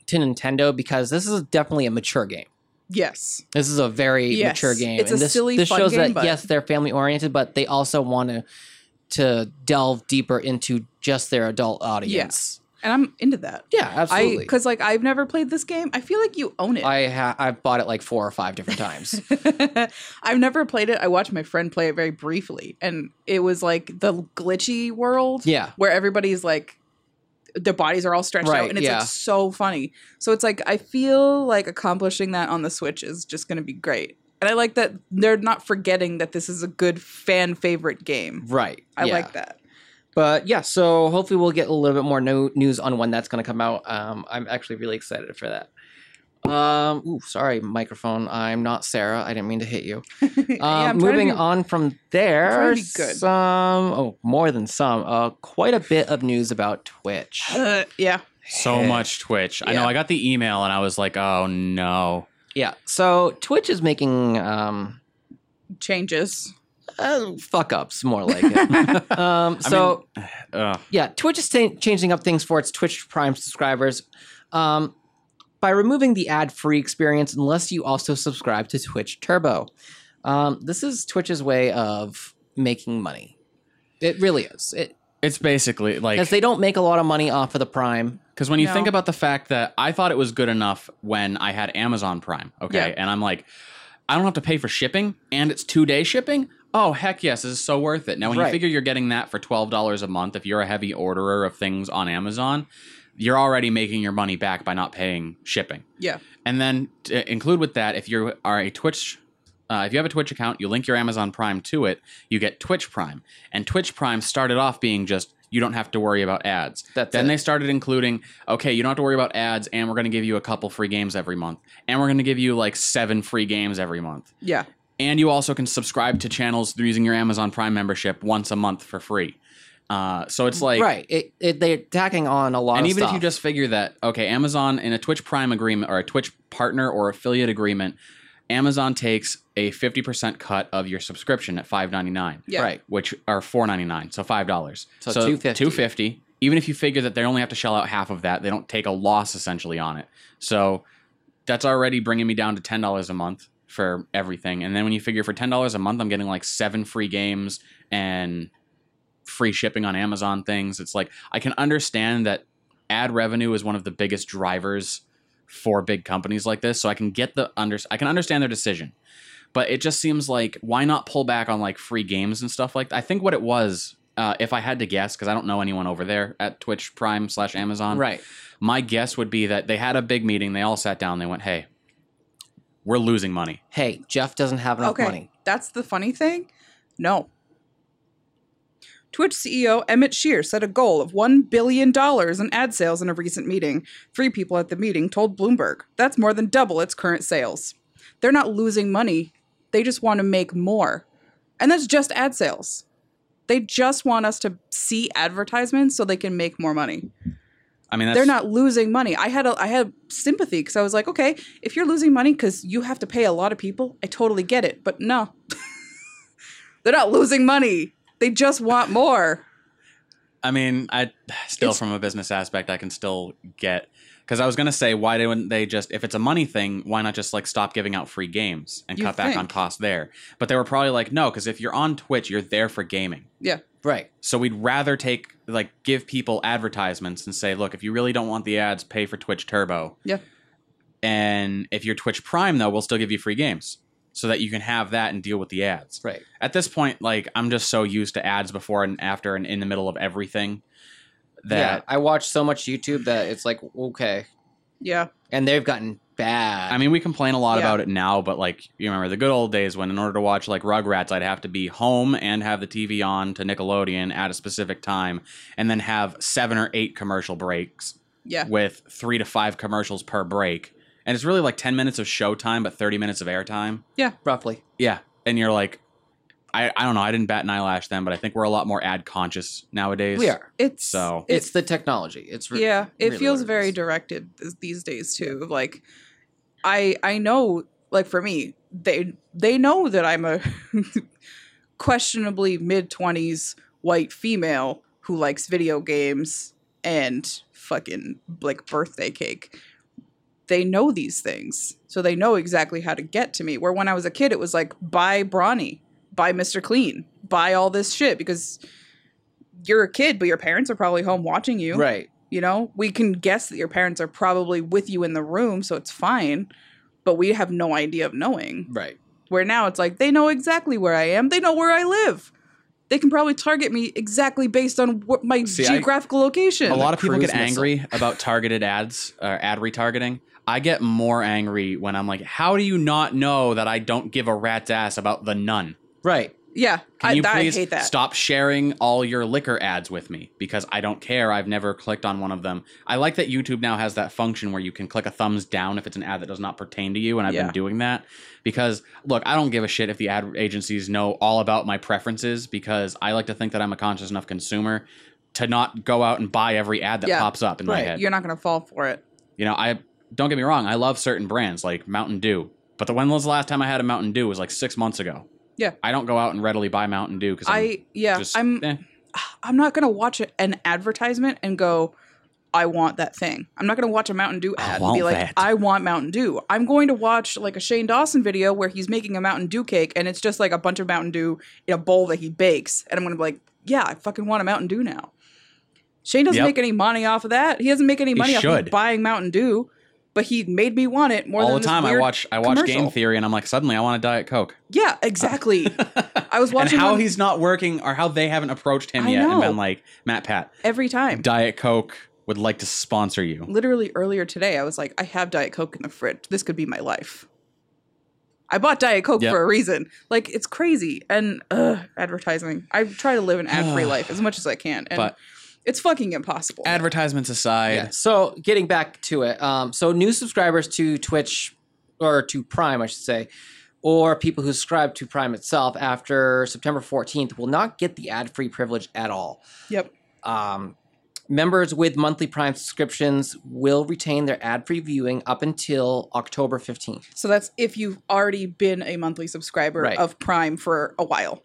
to Nintendo because this is definitely a mature game.
yes,
This is a very
Yes.
mature game.
It's a
and this,
silly,
this
fun
shows
game,
that
but-
yes, they're family oriented, but they also want to to delve deeper into just their adult audience.
and I'm into that.
Yeah,
I
absolutely.
because like I've never played this game. I feel like you own it.
I, ha- I've bought it like four or five different times.
I've never played it. I watched my friend play it very briefly, and it was like the glitchy world.
yeah.
where everybody's like their bodies are all stretched out
Right,
and it's
yeah.
like so funny. So it's like I feel like accomplishing that on the Switch is just going to be great. And I like that they're not forgetting that this is a good fan favorite game.
Right.
I
yeah.
like that.
But yeah, so hopefully we'll get a little bit more no- news on when that's going to come out. Um, I'm actually really excited for that. Um, ooh, sorry, microphone. I'm not Sarah. I didn't mean to hit you.
Yeah,
Uh,
I'm trying to
moving
be-
on from there,
trying to be good.
some oh more than some, uh, quite a bit of news about Twitch.
Uh, yeah.
So
Yeah.
much Twitch. I know
Yeah.
I got the email and I was like, oh no.
Yeah, so Twitch is making um,
Changes.
uh, fuck ups more like it. um,
I
so
Ugh.
yeah, Twitch is ta- changing up things for its Twitch Prime subscribers um, by removing the ad free experience unless you also subscribe to Twitch Turbo. Um, this is Twitch's way of making money. It really is. It,
It's basically like
Because they don't make a lot of money off of the Prime.
Because when you
No.
think about the fact that I thought it was good enough when I had Amazon Prime, okay,
Yeah.
and I'm like, I don't have to pay for shipping, and it's two day shipping. Oh heck yes, this is so worth it. Now when you
Right.
figure you're getting that for twelve dollars a month, if you're a heavy orderer of things on Amazon, you're already making your money back by not paying shipping.
Yeah.
And then to include with that, if you are a Twitch, uh, if you have a Twitch account, you link your Amazon Prime to it, you get Twitch Prime. And Twitch Prime started off being just you don't have to worry about ads.
That's
then
it.
they started including, okay, you don't have to worry about ads, and we're going to give you a couple free games every month, and we're going to give you like seven free games every month.
Yeah.
And you also can subscribe to channels through using your Amazon Prime membership once a month for free. Uh, so it's like
right. It, it, they're tacking on a lot
and
of
even if you
stuff.
just figure that okay amazon in a twitch prime agreement or a twitch partner or affiliate agreement amazon takes a 50% cut of your subscription at 5.99
Yeah.
Right.
which are 4.99 so $5
So 250.
250 even if you figure that they only have to shell out half of that they don't take a loss essentially on it so that's already bringing me down to $10 a month for everything and then when you figure for $10 a month i'm getting like seven free games and free shipping on Amazon things. It's like I can understand that ad revenue is one of the biggest drivers for big companies like this, so I can get the under I can understand their decision. But it just seems like why not pull back on like free games and stuff like that? I think what it was, uh, if I had to guess, because I don't know anyone over there at Twitch Prime slash Amazon,
Right.
my guess would be that they had a big meeting. They all sat down. They went, "Hey, we're losing money."
Hey, Jeff doesn't have enough
okay,
money.
that's the funny thing. No. Twitch CEO Emmett Shear set a goal of $1 billion in ad sales in a recent meeting. Three people at the meeting told Bloomberg that's more than double its current sales. They're not losing money, they just want to make more. And that's just ad sales. They just want us to see advertisements so they can make more money.
I mean, that's,
They're not losing money. I had a, I had sympathy because I was like, okay, if you're losing money because you have to pay a lot of people, I totally get it. But no, they're not losing money. They just want more.
I mean, I still
It's-
from a business aspect, I can still get because I was gonna say why didn't they just if it's a money thing, why not just like stop giving out free games and
You
cut back on
think.
cost there? But they were probably like, no, because if you're on Twitch, you're there for gaming.
Right.
So we'd rather take like give people advertisements and say, look, if you really don't want the ads, pay for Twitch Turbo.
Yeah.
And if you're Twitch Prime though, we'll still give you free games so that you can have that and deal with the ads.
Right.
At this point, like I'm just so used to ads before and after and in the middle of everything
yeah.
that
I watch so much YouTube that it's like, okay.
Yeah,
And they've gotten bad.
I mean, we complain a lot
Yeah.
about it now, but like you remember the good old days when, in order to watch like Rugrats, I'd have to be home and have the TV on to Nickelodeon at a specific time, and then have seven or eight commercial breaks
yeah,
with three to five commercials per break, and it's really like ten minutes of show time, but thirty minutes of airtime.
roughly.
Yeah, and you're like, I I don't know, I didn't bat an eyelash then, but I think we're a lot more ad conscious nowadays.
We are.
it's
So-
it-
It's the technology. It's re-
yeah, it
really
feels
what it
very
is.
directed th- these days too. of Like, I I know, like for me, they they know that I'm a questionably mid twenties white female who likes video games and fucking like birthday cake. They know these things, so they know exactly how to get to me. Where when I was a kid, it was like buy Brawny, buy Mister Clean, buy all this shit because you're a kid, but your parents are probably home watching you.
Right.
You know, we can guess that your parents are probably with you in the room, so it's fine, but we have no idea of knowing.
Right.
Where now it's like they know exactly where I am, they know where I live. They can probably target me exactly based on what my
See, I-
geographical location.
a lot of people
cruise
get
missile.
angry about targeted ads or ad retargeting. I get more angry when I'm like, "How do you not know that I don't give a rat's ass about the nun?"
Right.
yeah,
Can
I,
you
that- I
please
hate that.
stop sharing all your liquor ads with me because I don't care. I've never clicked on one of them. I like that YouTube now has that function where you can click a thumbs down if it's an ad that does not pertain to you, and I've
Yeah.
been doing that because look, I don't give a shit if the ad agencies know all about my preferences because I like to think that I'm a conscious enough consumer to not go out and buy every ad that
Yeah.
pops up in my
Right.
head.
You're not going to fall for it.
You know, I don't get me wrong, I love certain brands like Mountain Dew. But the when was the last time I had a Mountain Dew was like six months ago.
Yeah.
I don't go out and readily buy Mountain Dew because
I yeah,
just,
I'm
eh.
I'm not going to watch a- an advertisement and go I want that thing. I'm not going to watch a Mountain Dew
I
ad and
want
be like,
that.
I want Mountain Dew. I'm going to watch like a Shane Dawson video where he's making a Mountain Dew cake and it's just like a bunch of Mountain Dew in a bowl that he bakes. And I'm going to be like, yeah, I fucking want a Mountain Dew now. Shane doesn't
Yep.
make any money off of that. He doesn't make any
He
money off of
should.
buying Mountain Dew, but he made me want it more
all
than
the
this
time I
weird-
watch I watch
commercial.
Game Theory and I'm like suddenly I want a Diet Coke.
Yeah, exactly. I was
and
watching
how
one
he's not working or how they haven't approached him
I
yet
know.
and been like Matt Pat
every time.
Diet Coke would like to sponsor you.
literally earlier today, I was like, I have Diet Coke in the fridge. This could be my life. I bought Diet Coke
Yep.
for a reason. Like it's crazy. And ugh, advertising. I try to live an ad-free life as much as I can, and
But-
it's fucking impossible.
Advertisements aside,
Yeah. So getting back to it, um, so new subscribers to Twitch or to Prime, I should say, or people who subscribe to Prime itself after September 14th will not get the ad-free privilege at all.
yep.
Um, members with monthly Prime subscriptions will retain their ad-free viewing up until October 15th.
So that's if you've already been a monthly subscriber
Right.
of Prime for a while.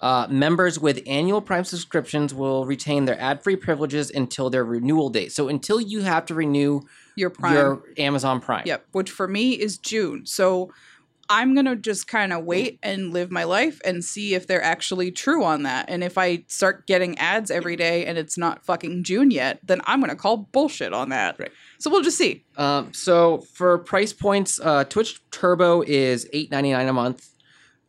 Uh, members with annual Prime subscriptions will retain their ad-free privileges until their renewal date. So until you have to renew
Your Prime.
your Amazon Prime.
Yep. Which for me is June. So I'm going to just kind of wait and live my life and see if they're actually true on that. And if I start getting ads every day and it's not fucking June yet, then I'm going to call bullshit on that.
Right.
So we'll just see.
Um, so for price points, uh, Twitch Turbo is eight ninety nine a month.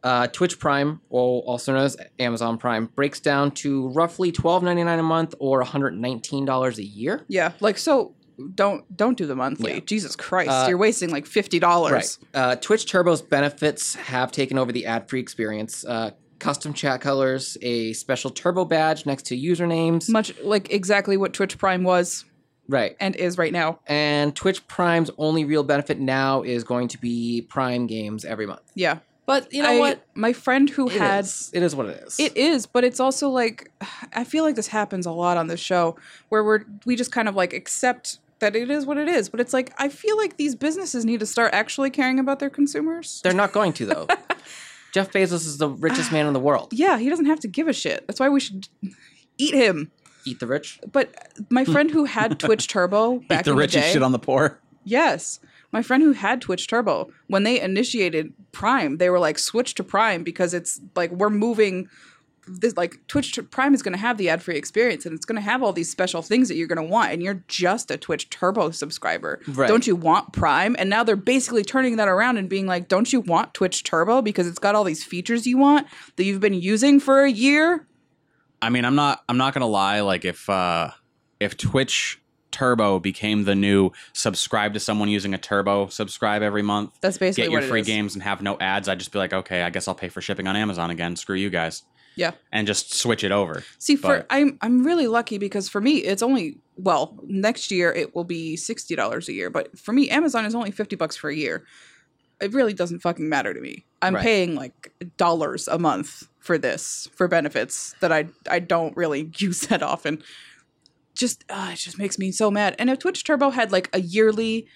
Uh, Twitch Prime, or also known as Amazon Prime, breaks down to roughly twelve ninety nine a month or one hundred nineteen dollars a year.
Yeah. Like so don't don't do the monthly.
Yeah.
Jesus Christ.
Uh,
You're wasting like $50.
Uh, Twitch Turbo's benefits have taken over the ad free experience. Uh, custom chat colors, a special Turbo badge next to usernames.
Much like exactly what Twitch Prime was
right.
and is right now.
And Twitch Prime's only real benefit now is going to be Prime games every month.
Yeah.
But you know
I-
what?
My friend who
It
had
is. It is what it is.
It is, but it's also like I feel like this happens a lot on this show where we're we just kind of like accept that it is what it is. But it's like I feel like these businesses need to start actually caring about their consumers.
They're not going to though. Jeff Bezos is the richest man in the world.
yeah, he doesn't have to give a shit. That's why we should eat him.
Eat the rich.
But my friend who had Twitch Turbo back
Hmm. Eat the
in
rich
the
and
day,
shit on the poor.
Yes. My friend who had Twitch Turbo, when they initiated Prime, they were like, switch to Prime because it's like we're moving this like Twitch Tur- Prime is going to have the ad free experience and it's going to have all these special things that you're going to want. And you're just a Twitch Turbo subscriber.
Right.
Don't you want Prime? And now they're basically turning that around and being like, don't you want Twitch Turbo because it's got all these features you want that you've been using for a year?
I mean, I'm not I'm not gonna lie. Like if uh, if Twitch Turbo became the new subscribe to someone using a Turbo subscribe every month,
That's basically
get your
what it
free
is.
games and have no ads, I'd just be like, okay, I guess I'll pay for shipping on Amazon again. Screw you guys.
Yeah.
And just switch it over.
See, for
But-
I'm I'm really lucky because for me it's only well next year it will be sixty dollars a year, but for me Amazon is only fifty bucks for a year. It really doesn't fucking matter to me. I'm
Right.
paying like dollars a month for this for benefits that I I don't really use that often. Just uh, it just makes me so mad. And if Twitch Turbo had like a yearly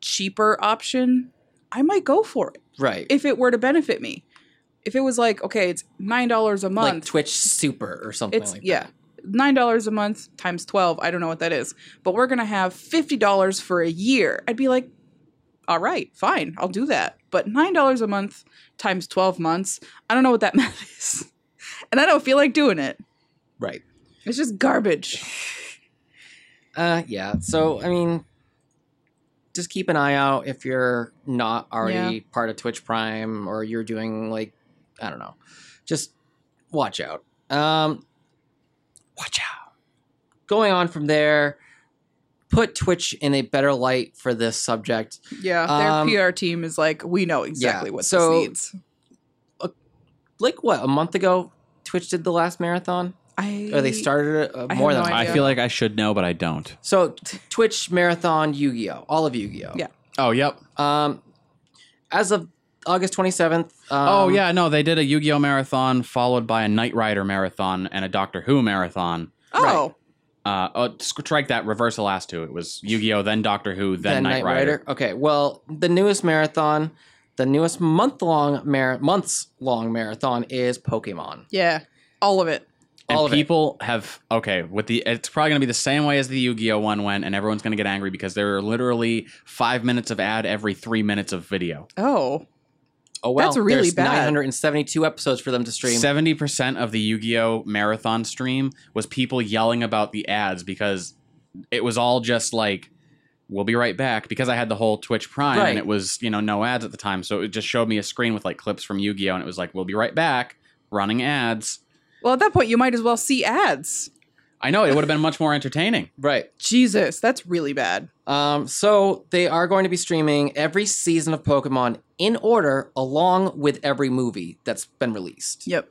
cheaper option, I might go for it
Right.
if it were to benefit me. If it was like okay, it's nine dollars a month,
like Twitch Super or something
it's
like that.
yeah nine dollars a month times 12 i don't know what that is but we're gonna have $50 for a year i'd be like all right fine i'll do that but nine dollars a month times 12 months i don't know what that math is and i don't feel like doing it
Right.
it's just garbage
Uh yeah. So I mean just keep an eye out if you're not already part of Twitch Prime or you're doing like I don't know. Just watch out. Um watch out. Going on from there, put Twitch in a better light for this subject.
yeah
Um,
their pr team is like we know exactly what
so-
this needs
Like what, a month ago Twitch did the last marathon?
I,
Or they started it, uh,
I
more
have
than
no
I.
idea.
I feel like I should know, but I don't.
So t- Twitch marathon Yu-Gi-Oh, all of Yu-Gi-Oh.
Yeah.
Oh, yep.
Um, as of August 27th. Um,
oh, yeah. No, they did a Yu Gi Oh marathon followed by a Knight Rider marathon and a Doctor Who marathon.
oh
Uh, oh, strike that, reverse the last two. It was Yu Gi Oh, then Doctor Who, then,
Then
Knight, Rider.
Okay. Well, the newest marathon, the newest month-long mar- months-long marathon is Pokemon.
yeah all of it
And
All of it.
people have okay with the. It's probably gonna be the same way as the Yu-Gi-Oh one went, and everyone's gonna get angry because there are literally five minutes of ad every three minutes of video.
oh
Oh well,
That's really
there's
bad.
972 episodes for them to stream.
Seventy percent of the Yu-Gi-Oh marathon stream was people yelling about the ads because it was all just like, "We'll be right back." Because I had the whole Twitch Prime
Right.
and it was you know no ads at the time, so it just showed me a screen with like clips from Yu-Gi-Oh, and it was like, "We'll be right back," running ads.
well at that point you might as well see ads
I know it would have been much more entertaining.
Right.
jesus that's really bad
Um, so they are going to be streaming every season of Pokemon in order, along with every movie that's been released.
yep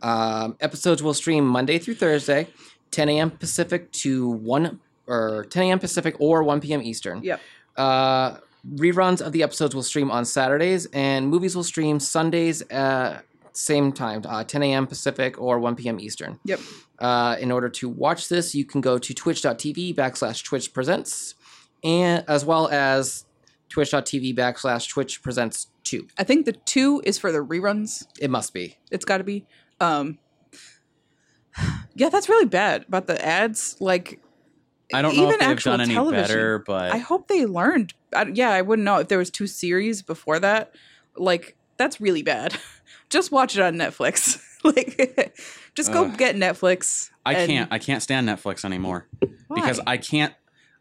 Um, episodes will stream Monday through Thursday, 10 a.m. Pacific to 1 or 10 a.m. Pacific or 1 p.m. Eastern.
Yep.
Uh, reruns of the episodes will stream on Saturdays, and movies will stream Sundays at same time, uh, 10 a.m. Pacific or 1 p.m. Eastern.
Yep.
Uh, in order to watch this, you can go to twitch.tv backslash twitch presents, and as well as twitch.tv backslash twitch presents 2.
I think the two is for the reruns.
It must be.
It's got to be. Um, yeah, that's really bad about the ads. Like,
I don't know
Even
if they've
actual
done any
television.
better, but
I hope they learned. I, yeah, I wouldn't know if there was two series before that. like that's really bad. just watch it on Netflix. like just go
Ugh.
get Netflix.
I
and-
can't. I can't stand Netflix anymore because
Why?
I can't.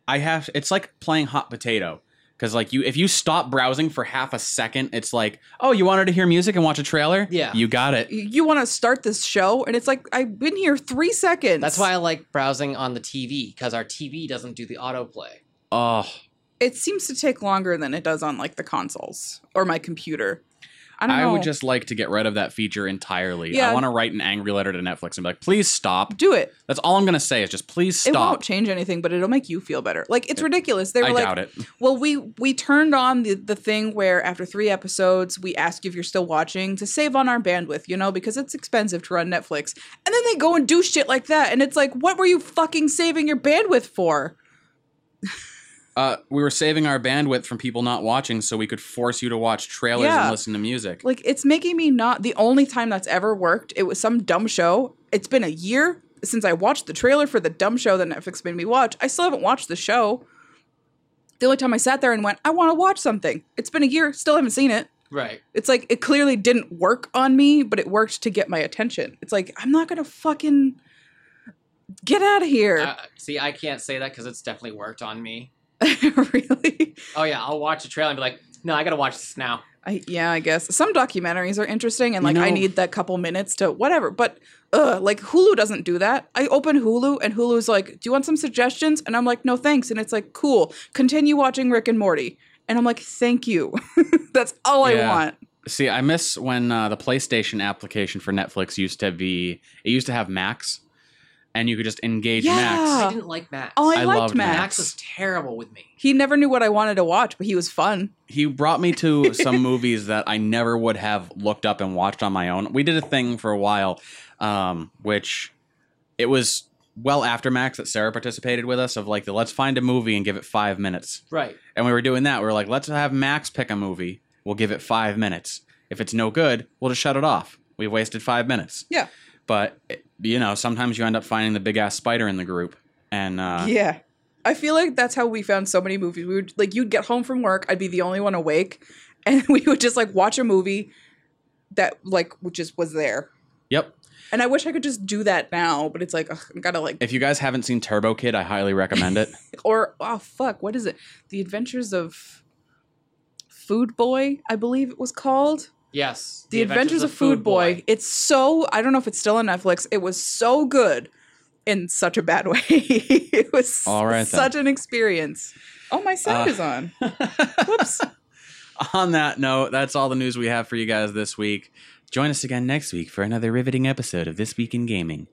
I have. It's like playing hot potato. Because like you, if you stop browsing for half a second, it's like, oh, you wanted to hear music and watch a trailer.
Yeah.
you got it.
you want to start this show and it's like I've been here 3 seconds.
That's why I like browsing on the TV because our TV doesn't do the autoplay.
Oh,
it seems to take longer than it does on like the consoles or my computer. I don't
I,
know.
would just like to get rid of that feature entirely. I
Yeah.
want to write an angry letter to Netflix and be like, please stop.
do it.
That's all I'm gonna say is just please
It won't
stop.
change anything, but it'll make you feel better. Like it's ridiculous. They were
I
like,
doubt it.
"Well, we we turned on the the thing where after three episodes, we ask if you're still watching to save on our bandwidth, you know, because it's expensive to run Netflix." And then they go and do shit like that, and it's like, "What were you fucking saving your bandwidth for?"
Uh, we were saving our bandwidth from people not watching, so we could force you to watch trailers
Yeah.
and listen to music.
Like it's making me not the only time that's ever worked. It was some dumb show. It's been a year since I watched the trailer for the dumb show that Netflix made me watch. I still haven't watched the show. The only time I sat there and went, I want to watch something. It's been a year, still haven't seen it.
Right.
It's like it clearly didn't work on me, but it worked to get my attention. It's like I'm not gonna fucking get out of here.
Uh, see, I can't say that because it's definitely worked on me.
really?
Oh yeah, I'll watch a trailer and be like, no, I gotta watch this now.
I, yeah, I guess some documentaries are interesting, and
You
like I
know-
need that couple minutes to whatever. But uh, like Hulu doesn't do that. I open Hulu, and Hulu's like, "Do you want some suggestions?" And I'm like, "No, thanks." And it's like, "Cool, continue watching Rick and Morty." And I'm like, "Thank you." That's all
Yeah.
I want.
See, I miss when uh, the PlayStation application for Netflix used to be. It used to have Max, and you could just engage Max.
Yeah.
I didn't like Max.
Oh, I,
I
liked
loved
Max.
Max was terrible with me.
He never knew what I wanted to watch, but he was fun.
He brought me to some movies that I never would have looked up and watched on my own. We did a thing for a while, um, which it was well after Max that Sarah participated with us of like the let's find a movie and give it five minutes.
Right.
And we were doing that. We were like, let's have Max pick a movie. We'll give it five minutes. If it's no good, we'll just shut it off. We've wasted five minutes.
Yeah.
But, you know, sometimes you end up finding the big ass spider in the group. And uh,
yeah. I feel like that's how we found so many movies. We would like you'd get home from work, I'd be the only one awake, and we would just like watch a movie that like w- just was there.
yep.
And I wish I could just do that now, but it's like ugh, I gotta like
If you guys haven't seen Turbo Kid, I highly recommend it.
or oh fuck, what is it? The Adventures of Food Boy, I believe it was called.
Yes.
The, Adventures, of Food Boy. It's so I don't know if it's still on Netflix. It was so good in such a bad way. it was
All right, then.
such an experience. Oh, my sound
Uh,
is on. Whoops.
On that note, that's all the news we have for you guys this week. Join us again next week for another riveting episode of This Week in Gaming,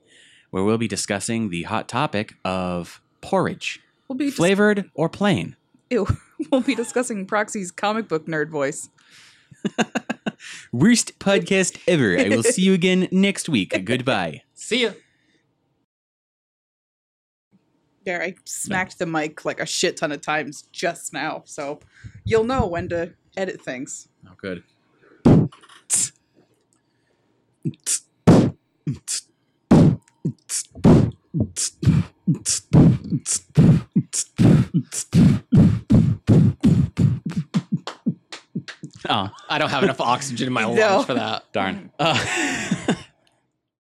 where we'll be discussing the hot topic of porridge,
We'll be dis-
flavored or plain.
ew. We'll be discussing Proxy's comic book nerd voice.
worst podcast ever. I will see you again next week. Goodbye.
See ya.
There, I smacked the mic like a shit ton of times just now, so you'll know when to edit things.
Oh, good. Oh,
I don't have enough oxygen in my
No.
lungs for that.
darn. Uh,